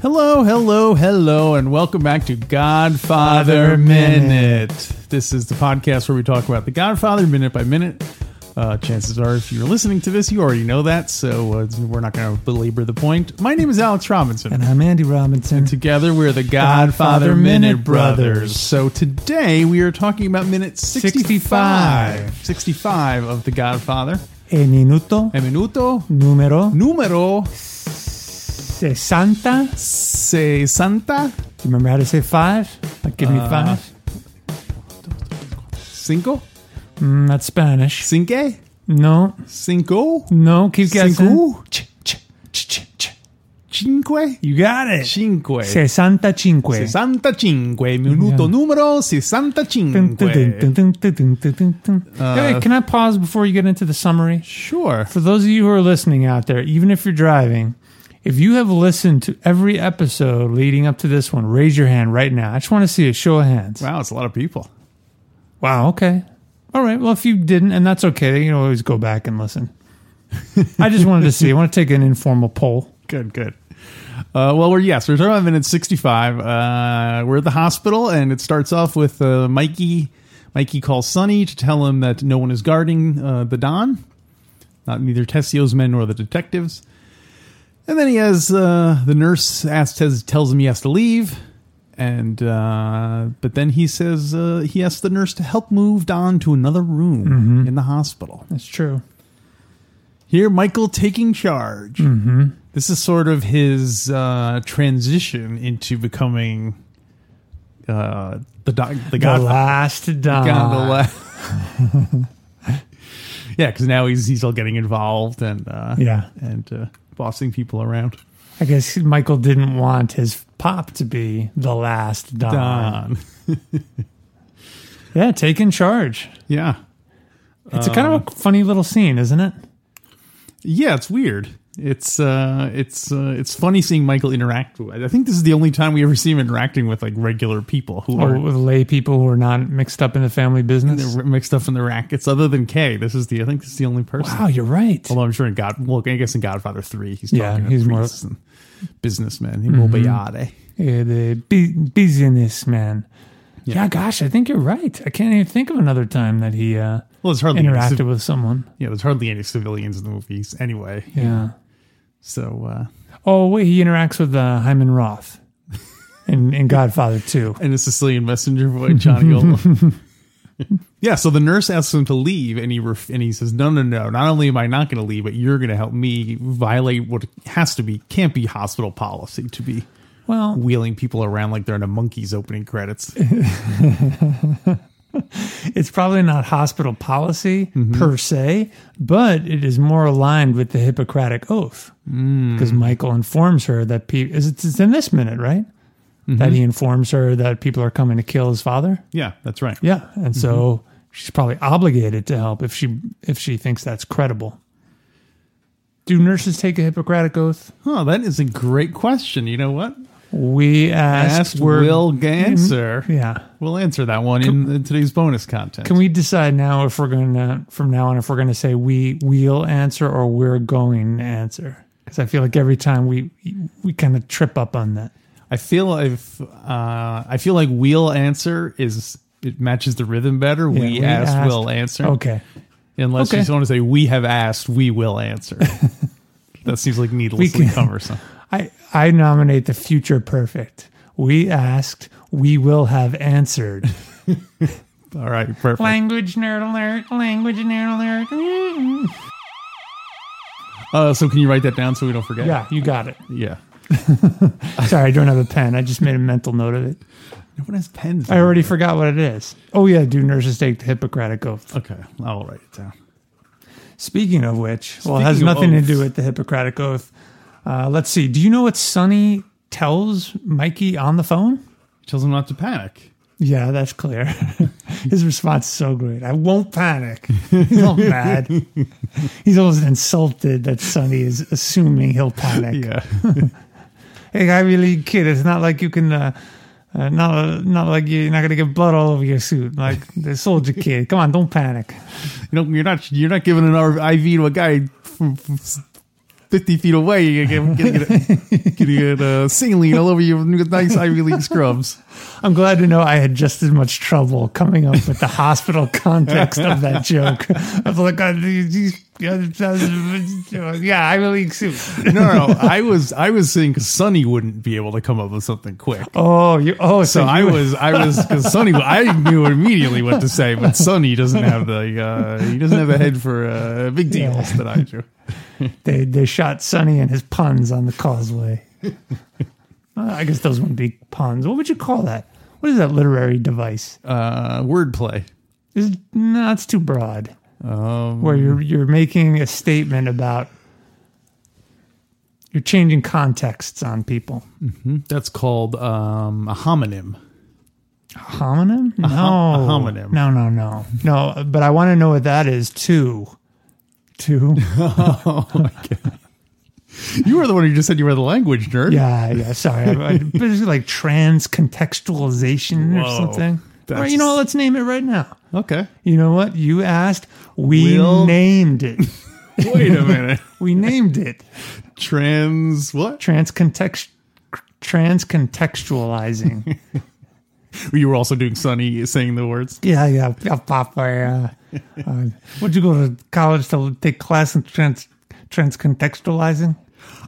Hello, hello, hello, and welcome back to Godfather Father Minute. This is the podcast where we talk about The Godfather minute by minute. Uh, chances are, if you're listening to this, you already know that, so uh, we're not going to belabor the point. My name is Alex Robinson. And I'm Andy Robinson. Together, we're the Godfather, Godfather Minute, Minute Brothers. Brothers. So today we are talking about minute 65. 65, 65. of The Godfather. E minuto A minuto numero numero 60. Do sesanta you remember how to say five? Like, give me Uh, five. cinco Mm, that's Spanish. cinque No, cinco no, keep guessing. Cinco? Ch, ch, ch, ch, ch. cinque You got it. cinque Sessantacinque. 65 minuto numero Yeah. Dun, dun, dun, 65 dun, dun, dun, dun, dun, dun. Hey, can I pause before you get into the summary? sure For those of you who are listening out there, even if you're driving, if you have listened to every episode leading up to this one, raise your hand right now. I just want to see a show of hands. wow it's a lot of people Wow. Okay. All right. Well, if you didn't, and that's okay, you can always go back and listen. I just wanted to see. I want to take an informal poll. good good uh, well we're yes we're talking about minute 65 uh, we're at the hospital and it starts off with uh, mikey mikey calls sonny to tell him that no one is guarding uh, the don not neither tessio's men nor the detectives and then he has uh, the nurse asks, tells, tells him he has to leave and uh, but then he says uh, he asks the nurse to help move don to another room in the hospital That's true. here michael taking charge mm-hmm. this is sort of his uh, transition into becoming uh, the doc, the the god last Don. gondola yeah because now he's he's all getting involved and uh, Yeah. and uh, bossing people around I guess Michael didn't want his pop to be the last Don. don Yeah, taking charge. yeah It's a kind of a funny little scene, isn't it? yeah it's weird it's uh it's uh, it's funny seeing michael interact with i think this is the only time we ever see him interacting with like regular people who Or are with lay people who are not mixed up in the family business. They're mixed up in the rackets. Other than K, this is the I think this is the only person. Wow, you're right. Although I'm sure in God, well, I guess in Godfather Three, he's Yeah, talking he's to more- Mm-hmm. priests and businessmen. He will be eh? yade. Yeah, the bu- businessman. Yeah. gosh, I think you're right. I can't even think of another time that he uh, Well, there's hardly any, interacted civ- with someone. yeah, there's hardly any civilians in the movies anyway. Yeah. So uh, Oh, wait, he interacts with uh, Hyman Roth in, in Godfather 2. and a Sicilian messenger boy, Johnny Ola. yeah. So the nurse asks him to leave, and he ref- and he says, "No, no, no. Not only am I not going to leave, but you're going to help me violate what has to be can't be hospital policy to be." Well, Wheeling people around like they're in a monkey's opening credits. it's probably not hospital policy per se, but it is more aligned with the Hippocratic Oath because Michael informs her that people, is it's it's in this minute, right? That he informs her that people are coming to kill his father. Yeah, that's right. Yeah, Mm-hmm. and so she's probably obligated to help if she if she thinks that's credible. Do nurses take a Hippocratic oath? Huh, that is a great question. You know what? We asked. Asked we're- will answer. mm-hmm. Yeah. We'll answer that one in, in today's bonus content. Can we decide now if we're gonna from now on if we're gonna say we will answer or we're going to answer? Because I feel like every time we we kind of trip up on that. I feel if uh, I feel like we'll answer is it matches the rhythm better. Yeah, we, asked, will answer. Okay, Unless Okay. you just want to say we have asked, we will answer. that seems like needlessly can- cumbersome. I I nominate the future perfect. We asked, we will have answered. All right, perfect. language nerd alert! Language nerd alert! Uh, so can you write that down so we don't forget? Yeah, you got it. Yeah. Sorry, I don't have a pen. I just made a mental note of it. No one has pens. I already forgot what it is. Oh yeah, do nurses take the Hippocratic oath? Okay, I'll write it down. Speaking of which, well, it has Speaking of nothing to do oaths. with the Hippocratic oath. Uh, let's see. Do you know what Sonny tells Mikey on the phone? Tells him not to panic. Yeah, that's clear. His response is so great. I won't panic. He's all mad. He's almost insulted that Sonny is assuming he'll panic. Yeah. Hey, I really kid. It's not like you can. Uh, uh, not, not like you're not gonna get blood all over your suit, like the soldier kid. Come on, don't panic. You know, you're not you're not giving an R- IV to a guy from, from fifty feet away. You're gonna get, gonna get, gonna get uh, saline all over your nice Ivy League scrubs. I'm glad to know I had just as much trouble coming up with the hospital context of that joke. I was like, uh, these- these- yeah, I really suit. No, no, no, I was I was saying because Sonny wouldn't be able to come up with something quick. Oh, you, oh, so, So you- I was I was because Sonny I knew immediately what to say, but Sonny doesn't have the uh, he doesn't have a head for uh, big deals that I do. they they shot Sonny and his puns on the causeway. Uh, I guess those wouldn't be puns. What would you call that? What is that literary device? Uh, wordplay. Is no, it's too broad. Um, Where you're you're making a statement about you're changing contexts on people. that's called um, a homonym. homonym? No, hom- a homonym. No, no, no, no. But I want to know what that is too. Two. You were the one who just said you were the language nerd. Yeah, yeah. Sorry, I, I, but it's like trans contextualization or Whoa, something. that's- Right, you know, what? let's name it right now. Okay. You know what? You asked. We We'll- named it. Wait a minute. We named it. Trans what? Trans context. Trans contextualizing. You were also doing Sonny saying the words. yeah, yeah. yeah, Papa. Uh, uh, would you go to college to take class in trans trans contextualizing?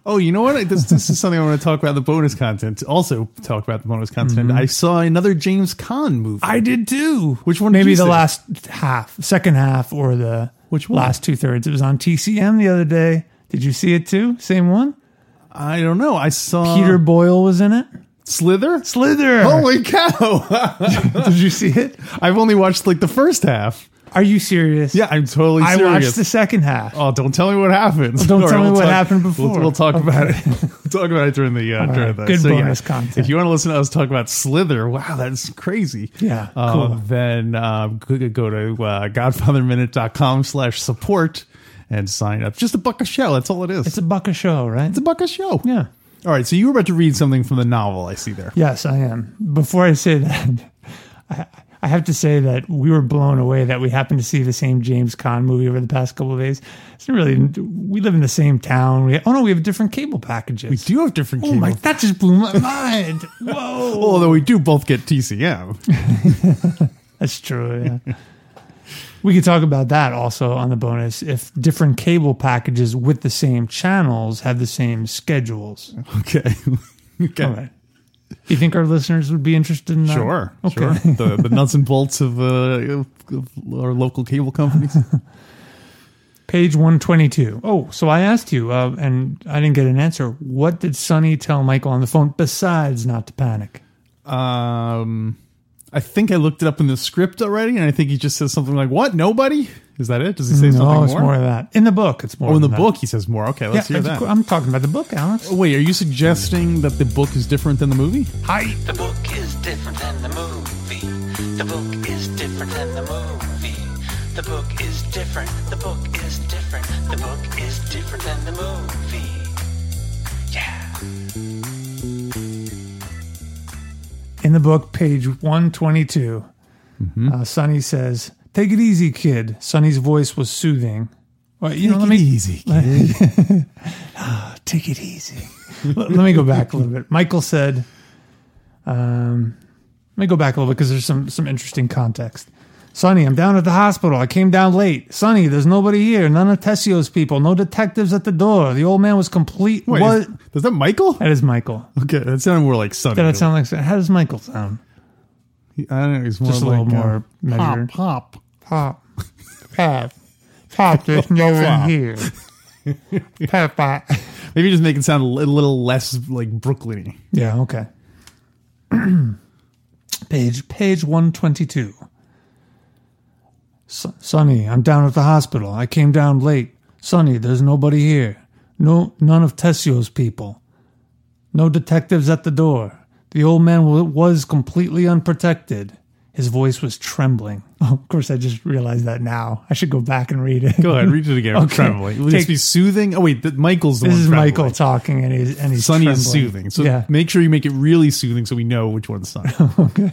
Oh, you know what? This, this is something I want to talk about the bonus content. Also talk about the bonus content. I saw another James Caan movie. I did too. Which one did Maybe you the see? last half, second half, or the Which one? last two thirds. It was on TCM the other day. Did you see it too? Same one. I don't know. I saw Peter Boyle was in it. Slither. Slither. Holy cow! did you see it? I've only watched like the first half. Are you serious? Yeah, I'm totally I serious. watched the second half. Oh, don't tell me what happens. don't All tell me what happened we'll- before. We'll, talk about it. we'll talk about it during the uh, during right. the Good bonus content. If you want to listen to us talk about Slither, wow, that's crazy. Yeah, Uh, cool. Then uh, go go to uh, GodfatherMinute.com/support and sign up. Just a buck a show. That's all it is. It's a buck a show, right? It's a buck a show. yeah. All right. So you were about to read something from the novel. I see there. Yes, I am. Before I say that, I, I have to say that we were blown away that we happened to see the same James Caan movie over the past couple of days. It's really we live in the same town. We, oh no, we have different cable packages. We do have different. Oh my, cable- that just blew my mind. Whoa. Although we do both get TCM. That's true. Yeah. we could talk about that also on the bonus if different cable packages with the same channels have the same schedules. Okay. okay. All right. You think our listeners would be interested in that? Sure, Okay. sure. The, the nuts and bolts of, uh, of of our local cable companies. Page 122. Oh, so I asked you, uh, and I didn't get an answer. What did Sonny tell Michael on the phone besides not to panic? um, I think I looked it up in the script already, and I think he just says something like, "What? Nobody? Is that it? Does he say no, something it's more?" more of that. In the book, it's more Oh, in the than that. book, he says more. Okay, Yeah, let's hear that. I'm talking about the book, Alex. Wait, are you suggesting that the book is different than the movie? Hi. The book is different than the movie. The book is different than the movie. The book is different. The book is different. The book is different than the movie. Yeah. in the book, page 122, uh, Sonny says, Take it easy, kid. Sonny's voice was soothing. Well, you know, let me easy. take it easy. let, let me go back a little bit. Michael said, um, let me go back a little bit because there's some, some interesting context. Sonny, I'm down at the hospital. I came down late. Sonny, there's nobody here. None of Tessio's people. No detectives at the door. The old man was complete. Wait, what? is, is that Michael? that is Michael. Okay, that sounded more like Sonny. Did that sound like How does Michael sound? I don't know. He's more Just a like little more uh, measured. Pop, pop. Pop. Pop. Pop, there's no one here. Pop, pop. Maybe just make it sound a li- little less like Brooklyny. Yeah, okay. page page 122. S- Sonny, I'm down at the hospital. I came down late. Sonny, there's nobody here. No, none of Tessio's people. No detectives at the door. The old man w- was completely unprotected. His voice was trembling. Oh, of course, I just realized that now. I should go back and read it. Go ahead, read it again. I'm Okay. Trembling. Will this Take- be soothing? Oh wait, th- Michael's the This one. is trembling. Michael talking, and he's and he's Sunny is trembling. soothing. So yeah, make sure you make it really soothing so we know which one's Sunny. okay.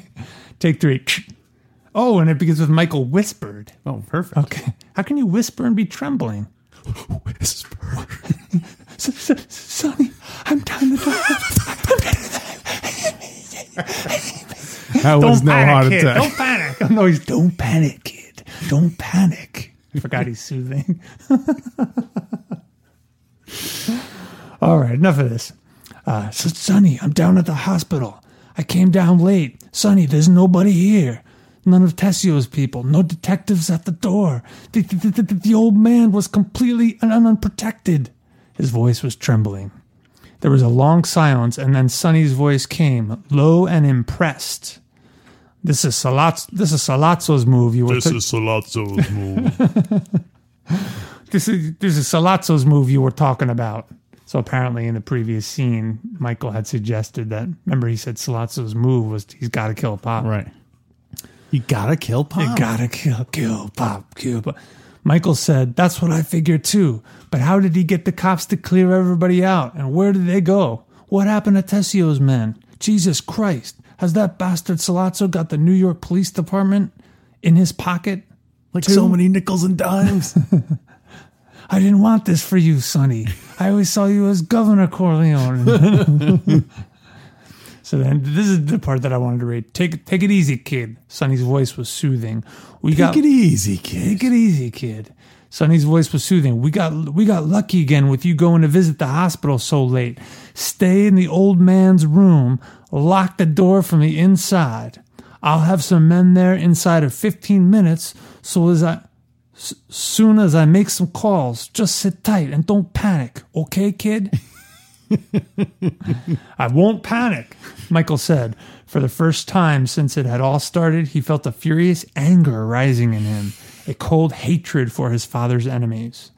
Take three. Oh, and it begins with Michael whispered. oh, perfect. Okay, how can you whisper and be trembling? Oh, Whisper. S- S- Sonny, I'm down the toilet. That was no heart panic, kid. attack. Don't panic. Oh, no, he's don't panic, kid. Don't panic. I forgot he's soothing. All right, enough of this. Uh, so, Sonny, I'm down at the hospital. I came down late. Sonny, there's nobody here. None of Tessio's people. No detectives at the door. The, the, the, the, the old man was completely un- un- unprotected. His voice was trembling. There was a long silence, and then Sonny's voice came, low and impressed. This is Salazzo, this is Salazzo's move. You were This ta- is Salazzo's move. this is this is Salazzo's move you were talking about. So apparently, in the previous scene, Michael had suggested that. Remember, he said Salazzo's move was he's got to kill Pop. Right. Oh. You gotta kill Pop. You gotta kill, kill Pop, kill Pop. Michael said, "That's what I figured too. But how did he get the cops to clear everybody out? And where did they go? What happened to Tessio's men? Jesus Christ! Has that bastard Salazzo got the New York Police Department in his pocket?" like two. so many nickels and dimes. I didn't want this for you, Sonny. I always saw you as Governor Corleone. so then, this is the part that I wanted to read. Take take it easy, kid. Sonny's voice was soothing. We got Take it easy, kid. take it easy, kid. Sonny's voice was soothing. We got we got lucky again with you going to visit the hospital so late. Stay in the old man's room. Lock the door from the inside. I'll have some men there inside of 15 minutes. So as I soon as I make some calls, just sit tight and don't panic, okay, kid? I won't panic, Michael said. For the first time since it had all started, he felt a furious anger rising in him, a cold hatred for his father's enemies.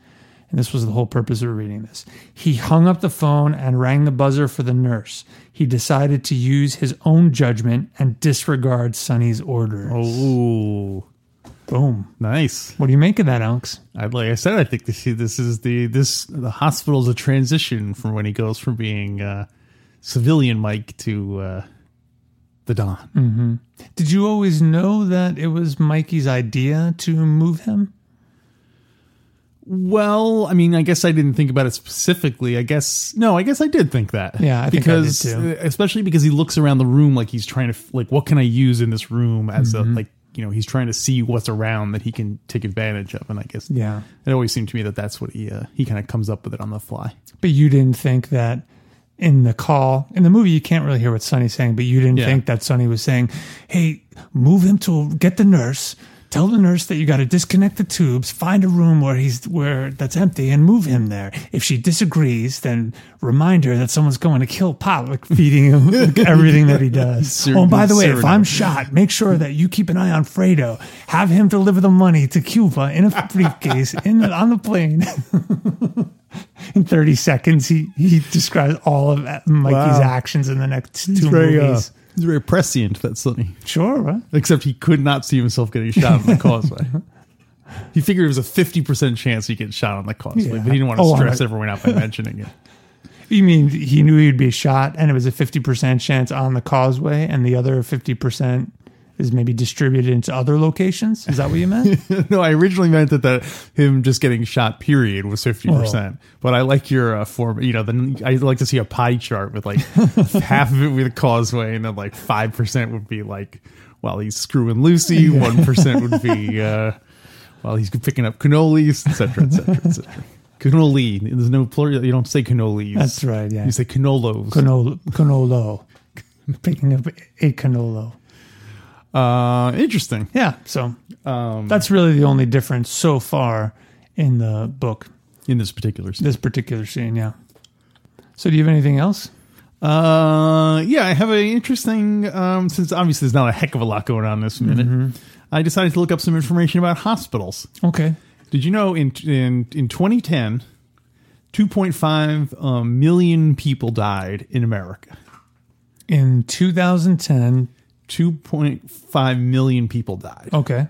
And this was the whole purpose of reading this. He hung up the phone and rang the buzzer for the nurse. He decided to use his own judgment and disregard Sonny's orders. Ooh, Boom. nice. What do you make of that, Alex? I like I said, I think this this is the this the hospital's a transition from when he goes from being uh, civilian Mike to uh, the Don. Did you always know that it was Mikey's idea to move him? Well, I mean, I guess I didn't think about it specifically. I guess no, I guess I did think that. Yeah, I think I did because uh, too. especially because he looks around the room like he's trying to f- like what can I use in this room as Mm-hmm. a like you know he's trying to see what's around that he can take advantage of, and I guess Yeah. it always seemed to me that that's what he uh, he kind of comes up with it on the fly. But you didn't think that in the call, in the movie, you can't really hear what Sonny's saying, but you didn't Yeah. think that Sonny was saying, hey, move him to get the nurse. Tell the nurse that you got to disconnect the tubes, find a room where he's where that's empty, and move him there. If she disagrees, then remind her that someone's going to kill Pop, like feeding him everything that he does. Ser- oh, and by the way, if Cyrano. I'm shot, make sure that you keep an eye on Fredo. Have him deliver the money to Cuba in a briefcase in the, on the plane. in 30 seconds, he, he describes all of Mikey's Wow. actions in the next two movies. he's very uh, prescient that Sonny. sure. Huh? Except he could not see himself getting shot on the causeway. He figured it was a fifty percent chance he get shot on the causeway, Yeah. but he didn't want to Oh, stress I- everyone out by mentioning it. You mean he knew he'd be shot and it was a 50% chance on the causeway and the other 50% is maybe distributed into other locations? Is that what you meant? No, I originally meant that the, him just getting shot, period, was fifty percent. Oh. But I like your uh, form. You know, then I like to see a pie chart with like half of it with Causeway, and then like five percent would be like while he's screwing Lucy, one percent would be uh, while he's picking up cannolis, etc., etc., etc. Cannoli. There's no plural. You don't say cannolis. That's right, yeah. You say cannolos. Canolo. Canolo. Picking up a canolo. uh, interesting. Yeah. So Um, that's really the only difference so far in the book, In this particular scene. this particular scene. Yeah. So do you have anything else? Uh, yeah, I have an interesting. Um, since obviously there's not a heck of a lot going on this minute, Mm-hmm. I decided to look up some information about hospitals. Okay. Did you know in in in 2010, 2.5 um, million people died in America. In 2010, 2.5 million people died. Okay.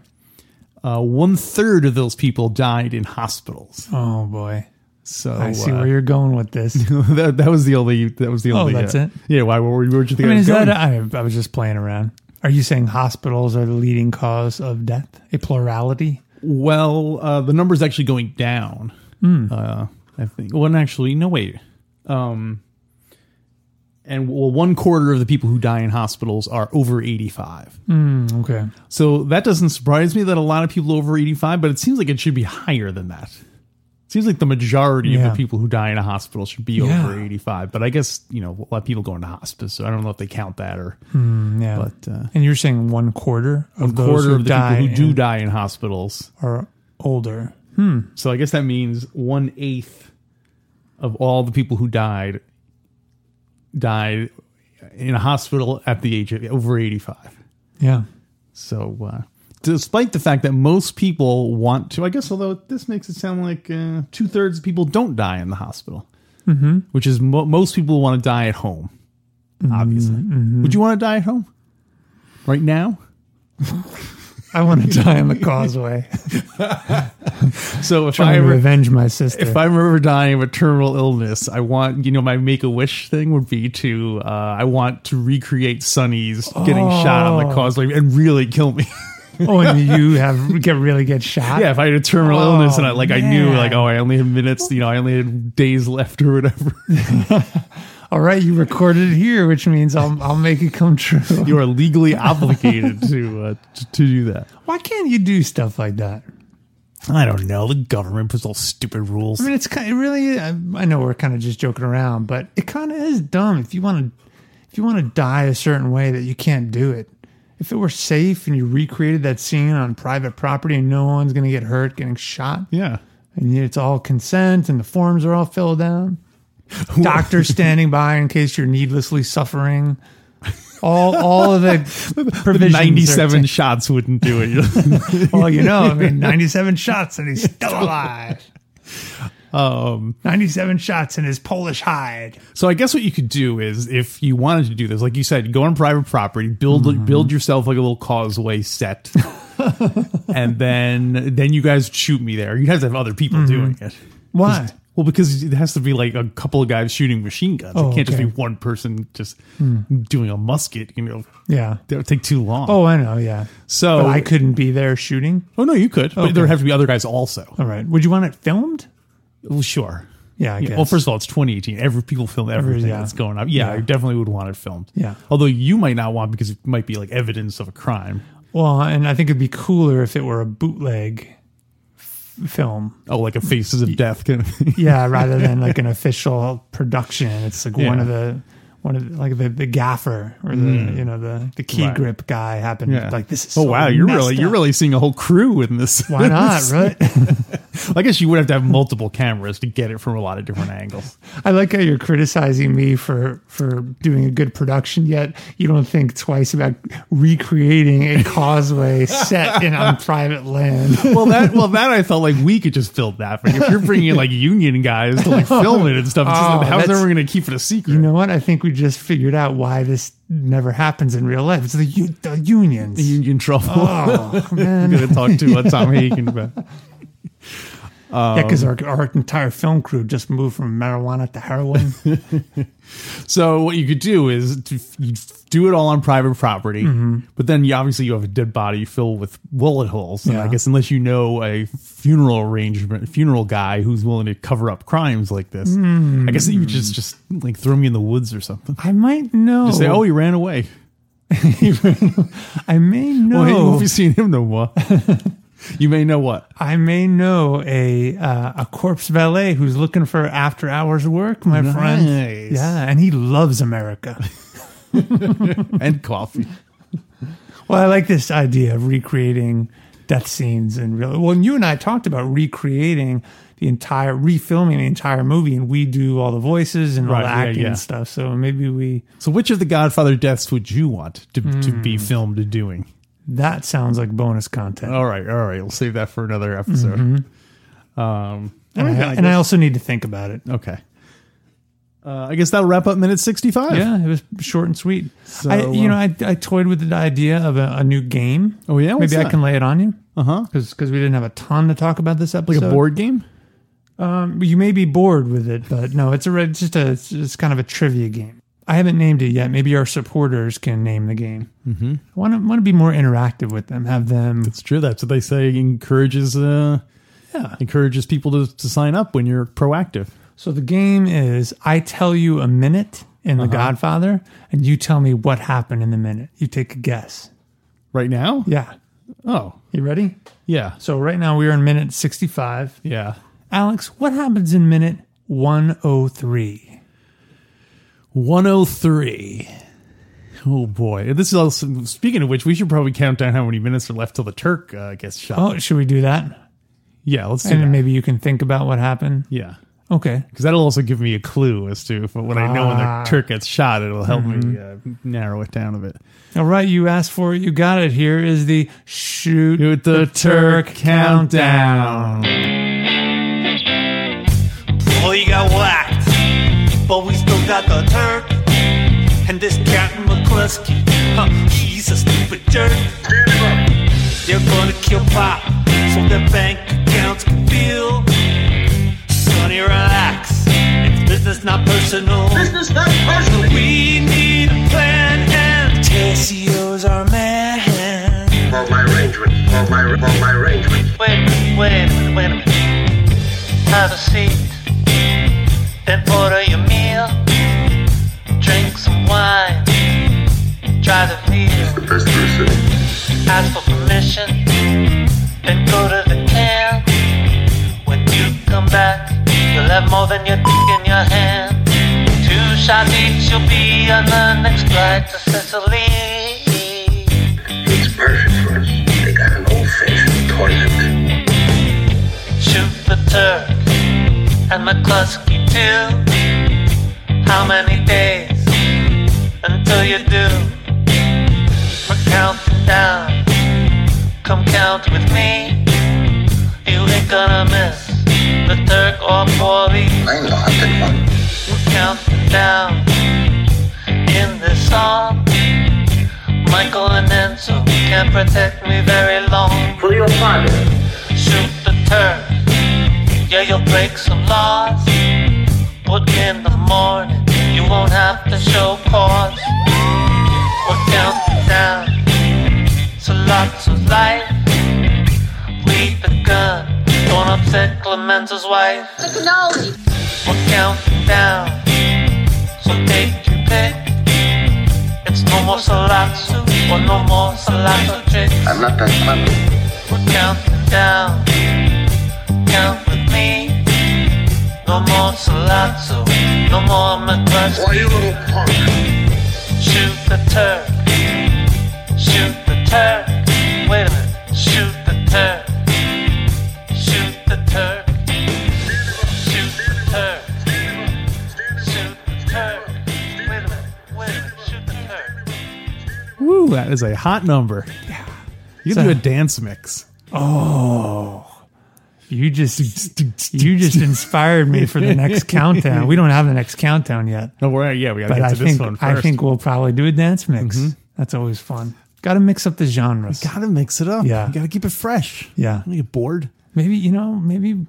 Uh, one third of those people died in hospitals. Oh boy. So I see uh, where you're going with this. that, that was the only. That was the Oh, only. that's uh, it? Yeah. Why? Where, where did you think I I, mean, was is going? that I, I was just playing around. Are you saying hospitals are the leading cause of death? A plurality? well, uh, the number's actually going down. Hmm. Uh, I think. Well, and actually, no wait. Um, and well, one quarter of the people who die in hospitals are over eighty-five. Mm, okay. So that doesn't surprise me that a lot of people over 85, but it seems like it should be higher than that. It seems like the majority of Yeah. the people who die in a hospital should be Yeah. over 85. But I guess, you know, a lot of people go into hospice, so I don't know if they count that or Yeah. But, uh, and you're saying one quarter of those quarter who of the die people who do in- die in hospitals. are older. So I guess that means one eighth of all the people who died died in a hospital at the age of over 85. Yeah. So, uh, despite the fact that most people want to, I guess, although this makes it sound like uh, two thirds of people don't die in the hospital, mm-hmm. which is mo- most people want to die at home, obviously. Would you want to die at home right now? I want to die on the causeway. So, if I Trying to ever. revenge my sister. If I'm ever dying of a terminal illness, I want you know my make a wish thing would be to uh, I want to recreate Sonny's getting shot on the Oh. causeway and really kill me. oh, and you have get really get shot. Yeah, if I had a terminal Oh, illness and I like I knew man. like oh I only had minutes, you know, I only had days left or whatever. All right, you recorded it here, which means I'll I'll make it come true. you are legally obligated to, uh, to to do that. Why can't you do stuff like that? I don't know. The government puts all stupid I rules. mean, it's kind. It really. I, I know we're kind of just joking around, but it kind of is dumb. If you want to, if you want to die a certain way, that you can't do it. If it were safe and you recreated that scene on private property and no one's going to get hurt getting shot, Yeah. and it's all consent and the forms are all filled out, doctors standing by in case you're needlessly suffering, all all of the provisions. are Ninety-seven shots wouldn't do it. Well, you know, I mean, 97 shots and he's still alive. Um, 97 shots in his Polish hide. so I guess what you could do is, if you wanted to do this, like you said, go on private property, build Mm-hmm. build yourself like a little causeway set, and then then you guys shoot me there. You'd have to have other people Mm-hmm. doing it. Why? Well, because it has to be like a couple of guys shooting machine guns. Oh, it can't okay. Hmm. just be one person just doing a musket. You know, Yeah. that would take too long. Oh, I know. Yeah. so But I couldn't be there shooting. oh no, you could, but Okay. there would have to be other guys also. All right. Would you want it filmed? Well, sure. Yeah, I Yeah, guess. Well, first of all, it's 2018. Every people film everything yeah. that's going on. Yeah, Yeah. I definitely would want it filmed. Yeah. although you might not want because it might be like evidence of a crime. Well, and I think it'd be cooler if it were a bootleg f- film. Oh, like a Faces of Death kind of thing. Yeah, rather than like an official production. It's like one Yeah. Mm. of the one of the, like the, the gaffer or the you know the the key Right. grip guy happened to be like this is oh so wow, you're really messed you're up. really seeing a whole crew in this. why not right I guess you would have to have multiple cameras to get it from a lot of different angles. I like how you're criticizing me for for doing a good production, yet you don't think twice about recreating a causeway set in on private land. Well, that well that I felt like we could just film that. But if you're bringing in like union guys to like film it and stuff, it's just, Oh, like, how is that's- everyone going to keep it a secret? You know what? I think we just figured out why this never happens in real life. It's the, u- the unions. union trouble. Oh I'm man, going to talk to uh, Tom Hagen about. yeah, because Um, our, our entire film crew just moved from marijuana to heroin. So what you could do is to, you do it all on private property, but then you obviously you have a dead body filled with bullet holes. And I Yeah. guess unless you know a funeral arrangement, funeral guy who's willing to cover up crimes like this, I guess you just just like throw me in the woods or something. I might know. Just say, oh, he ran away. I may know. Well, hey, you won't be seeing him no more. you may know what. I may know a uh, a corpse valet who's looking for after hours work, my friend. Nice. Yeah, and he loves America. And coffee. well, I like this idea of recreating death scenes in real. Well, you and I talked about recreating the entire refilming the entire movie, and we do all the voices and all Right, the yeah, acting yeah. and stuff. So maybe we So, which of the Godfather deaths would you want to, to be filmed doing? that sounds like bonus content. All right, all right. We'll save that for another episode. Um, and, I, okay, I and I also need to think about it. Okay. Uh, I guess that'll wrap up minute 65. Yeah, it was short and sweet. So, I, you uh, know, I, I toyed with the idea of a, a new game. Oh, yeah? What's maybe I that? can lay it on you Uh huh. because we didn't have a ton to talk about this Like episode. a board game? Um, you may be bored with it, but no, it's a re- it's just a it's just kind of a trivia game. I haven't named it yet. Maybe our supporters can name the game. Mm-hmm. I want to want to be more interactive with them. Have them It's true. That's what they say encourages uh, yeah. encourages people to, to sign up when you're proactive. So the game is I tell you a minute in Uh-huh. The Godfather, and you tell me what happened in the minute. You take a guess. Right now? Yeah. Oh, You ready? yeah. So right now we are in minute 65. Yeah. Alex, what happens in minute 103? 103. Oh boy! This is also speaking of which, we should probably count down how many minutes are left till the Turk uh, gets shot. Oh, should we do that? yeah, let's do And that. then maybe you can think about what happened. yeah, Okay. because that'll also give me a clue as to if, when I know when Ah. Mm-hmm. the Turk gets shot, it'll help me uh, narrow it down a bit. All right, you asked for it, you got it. Here is the shoot Shoot the Turk countdown. Well, Oh, you got whacked, but we still got the turk. And this Captain McCluskey, huh, he's a stupid jerk. They're gonna kill Pop, so their bank accounts can feel. Sonny, relax. It's business, not personal. business, not personally. We need a plan, and Tessio's our man. For my arrangement, for my, for my arrangement. Wait, wait, wait a minute. Have a seat, then order your meal. Drink some wine, try the feel. First person. Ask for permission, then go to the can. When you come back, you'll have more than your dick in your hand. Two shots each, you'll be on the next flight to Sicily. It's perfect for us. They got an old-fashioned toilet. Shoot the Turk and McCluskey too. How many days until you do? We're counting down. Come count with me. You ain't gonna miss the Turk or Paulie. I know, I think one. We're counting down in this song. Michael and Enzo can't protect me very long. For your father. Shoot the turf. Yeah, you'll break some laws. But in the morning, you won't have to show cause. We're counting down. So lots of life. Leave the gun. Don't upset Clemenza's wife. Technology. We're counting down. So take your pick. It's no more Salatsu or no more Salatsu tricks. I'm not that funny. We're counting down. Count with me. No more Salazzo. No more McCluskey. you little punk? Shoot the Turk. Shoot the Turk. Wait a minute. Shoot the Turk. Shoot the Turk. Shoot the Turk. Shoot the Turk. Wait a minute. Wait a minute. Shoot the Turk. Woo! That is a hot number. Yeah, you can do So- a dance mix. You just you just inspired me for the next countdown. We don't have the next countdown yet. Oh, we're, yeah, we got to But get I to this think one first. Mm-hmm. I think we'll probably do a dance mix. That's always fun. Got to mix up the genres. gotta mix it up. Yeah. you gotta keep it fresh. Yeah. Don't get bored. Maybe you know. Maybe All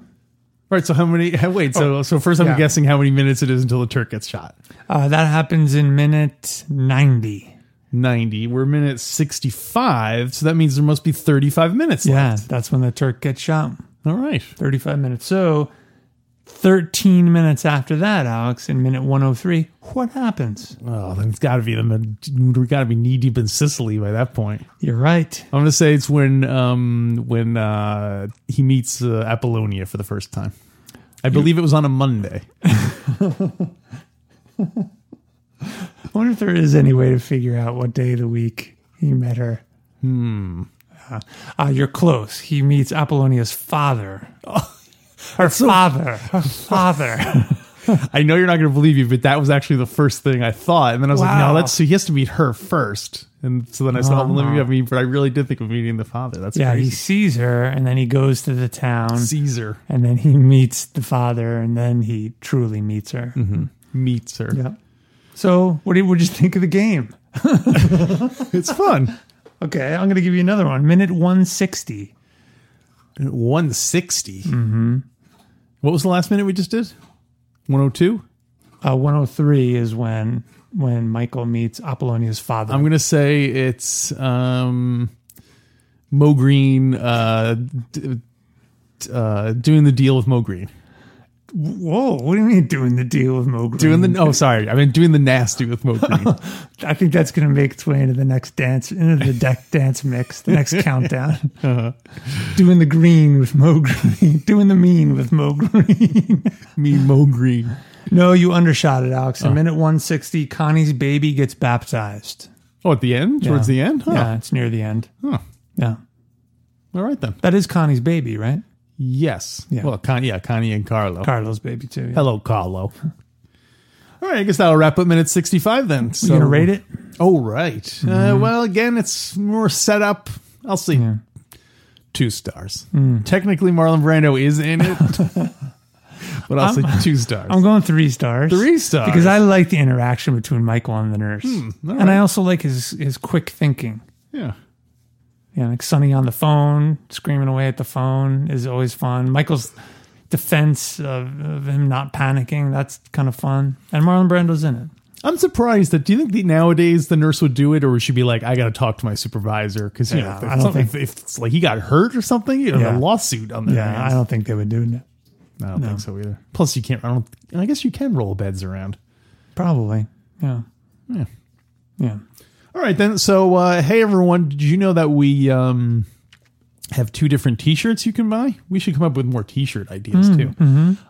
right, so how many? Wait, so so first I'm yeah. guessing how many minutes it is until the Turk gets shot. uh, that happens in minute ninety. 90. We're minute 65, so that means there must be 35 minutes Yeah, left. that's when the Turk gets shot. All right. Thirty-five minutes. So, thirteen minutes after that, Alex, in minute one hundred three, what happens? Oh, then it's got to be the mid- we got to be knee deep in Sicily by that point. You're right. I'm going to say it's when um when uh he meets uh, Apollonia for the first time. I believe it was on a Monday. I wonder if there is any way to figure out what day of the week he met her. Hmm. Uh, uh, you're close. He meets Apollonia's father. Her father. Her father. I know you're not going to believe you, but that was actually the first thing I thought. And then I was like, Wow. no, that's so he has to meet her first. And so then I said, oh, let me I mean, but I really did think of meeting the father. That's yeah, he crazy. sees her and then he goes to the town Caesar. and then he meets the father and then he truly meets her. meets her. Yeah. So, what do you, what'd you think of the game? It's fun. Okay, I'm going to give you another one. Minute 160. 160. Mm-hmm. What was the last minute we just did? 102? Uh, 103 is when when Michael meets Apollonia's father. I'm going to say it's um, Mo Green uh, d- d- uh, doing the deal with Mo Green. Whoa, what do you mean doing the deal with Mo Green? Doing the, oh, sorry. I mean, doing the nasty with Mo Green. I think that's going to make its way into the next dance, into the deck dance mix, the next countdown. Uh-huh. Doing the green with Mo Green, doing the mean with Mo Green. Me, Mo Green. no, you undershot it, Alex. In minute 160, Connie's baby gets baptized. Oh, at the end? Towards Yeah. the end? Huh. Yeah, it's near the end. Huh. Yeah. All right, then. That is Connie's baby, right? Yes. Yeah. Well, Con- yeah, Connie and Carlo. Carlo's baby, too. Yeah. Hello, Carlo. All right, I guess that'll wrap up minute 65 then. So, You going to rate it? Oh, right. Uh, Mm-hmm. well, again, it's more set up. I'll see. Two stars. Mm. Technically, Marlon Brando is in it, but I'll say two stars. I'm going three stars. Three stars. Hmm, Because I like the interaction between Michael and the nurse. all And right. I also like his, his quick thinking. yeah. Yeah, like Sonny on the phone, screaming away at the phone is always fun. Michael's defense of, of him not panicking, that's kind of fun. And Marlon Brando's in it. I'm surprised that. Do you think that nowadays the nurse would do it, or would she be like, "I got to talk to my supervisor" because you Yeah, know, I if, don't something, think- if it's like he got hurt or something, you know, Yeah. a lawsuit on their Yeah, I hands. don't think they would do it. I don't, think so either. Plus, you can't. I don't. I guess you can roll beds around. Probably. Yeah. Yeah. Yeah. All right, then. So, uh, hey, everyone. Did you know that we um, have two different t shirts you can buy? We should come up with more t shirt ideas, too.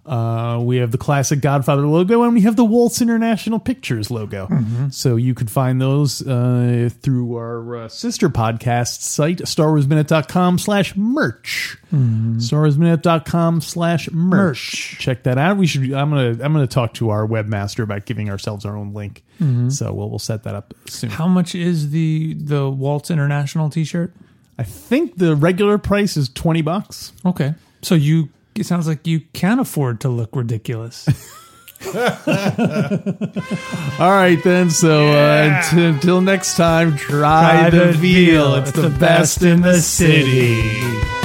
Uh, we have the classic Godfather logo, and we have the Waltz International Pictures logo. So, you could find those uh, through our uh, sister podcast site, starwarsminute.com slash merch. Starwarsminute.com slash merch. Check that out. We should. I'm gonna. I'm gonna talk to our webmaster about giving ourselves our own link. So we'll we'll set that up soon. How much is the the Waltz International t shirt? I think the regular price is 20 bucks. Okay. So you it sounds like you can afford to look ridiculous. All right, then. So uh, unt- until next time, try, the veal. It's the best in the city.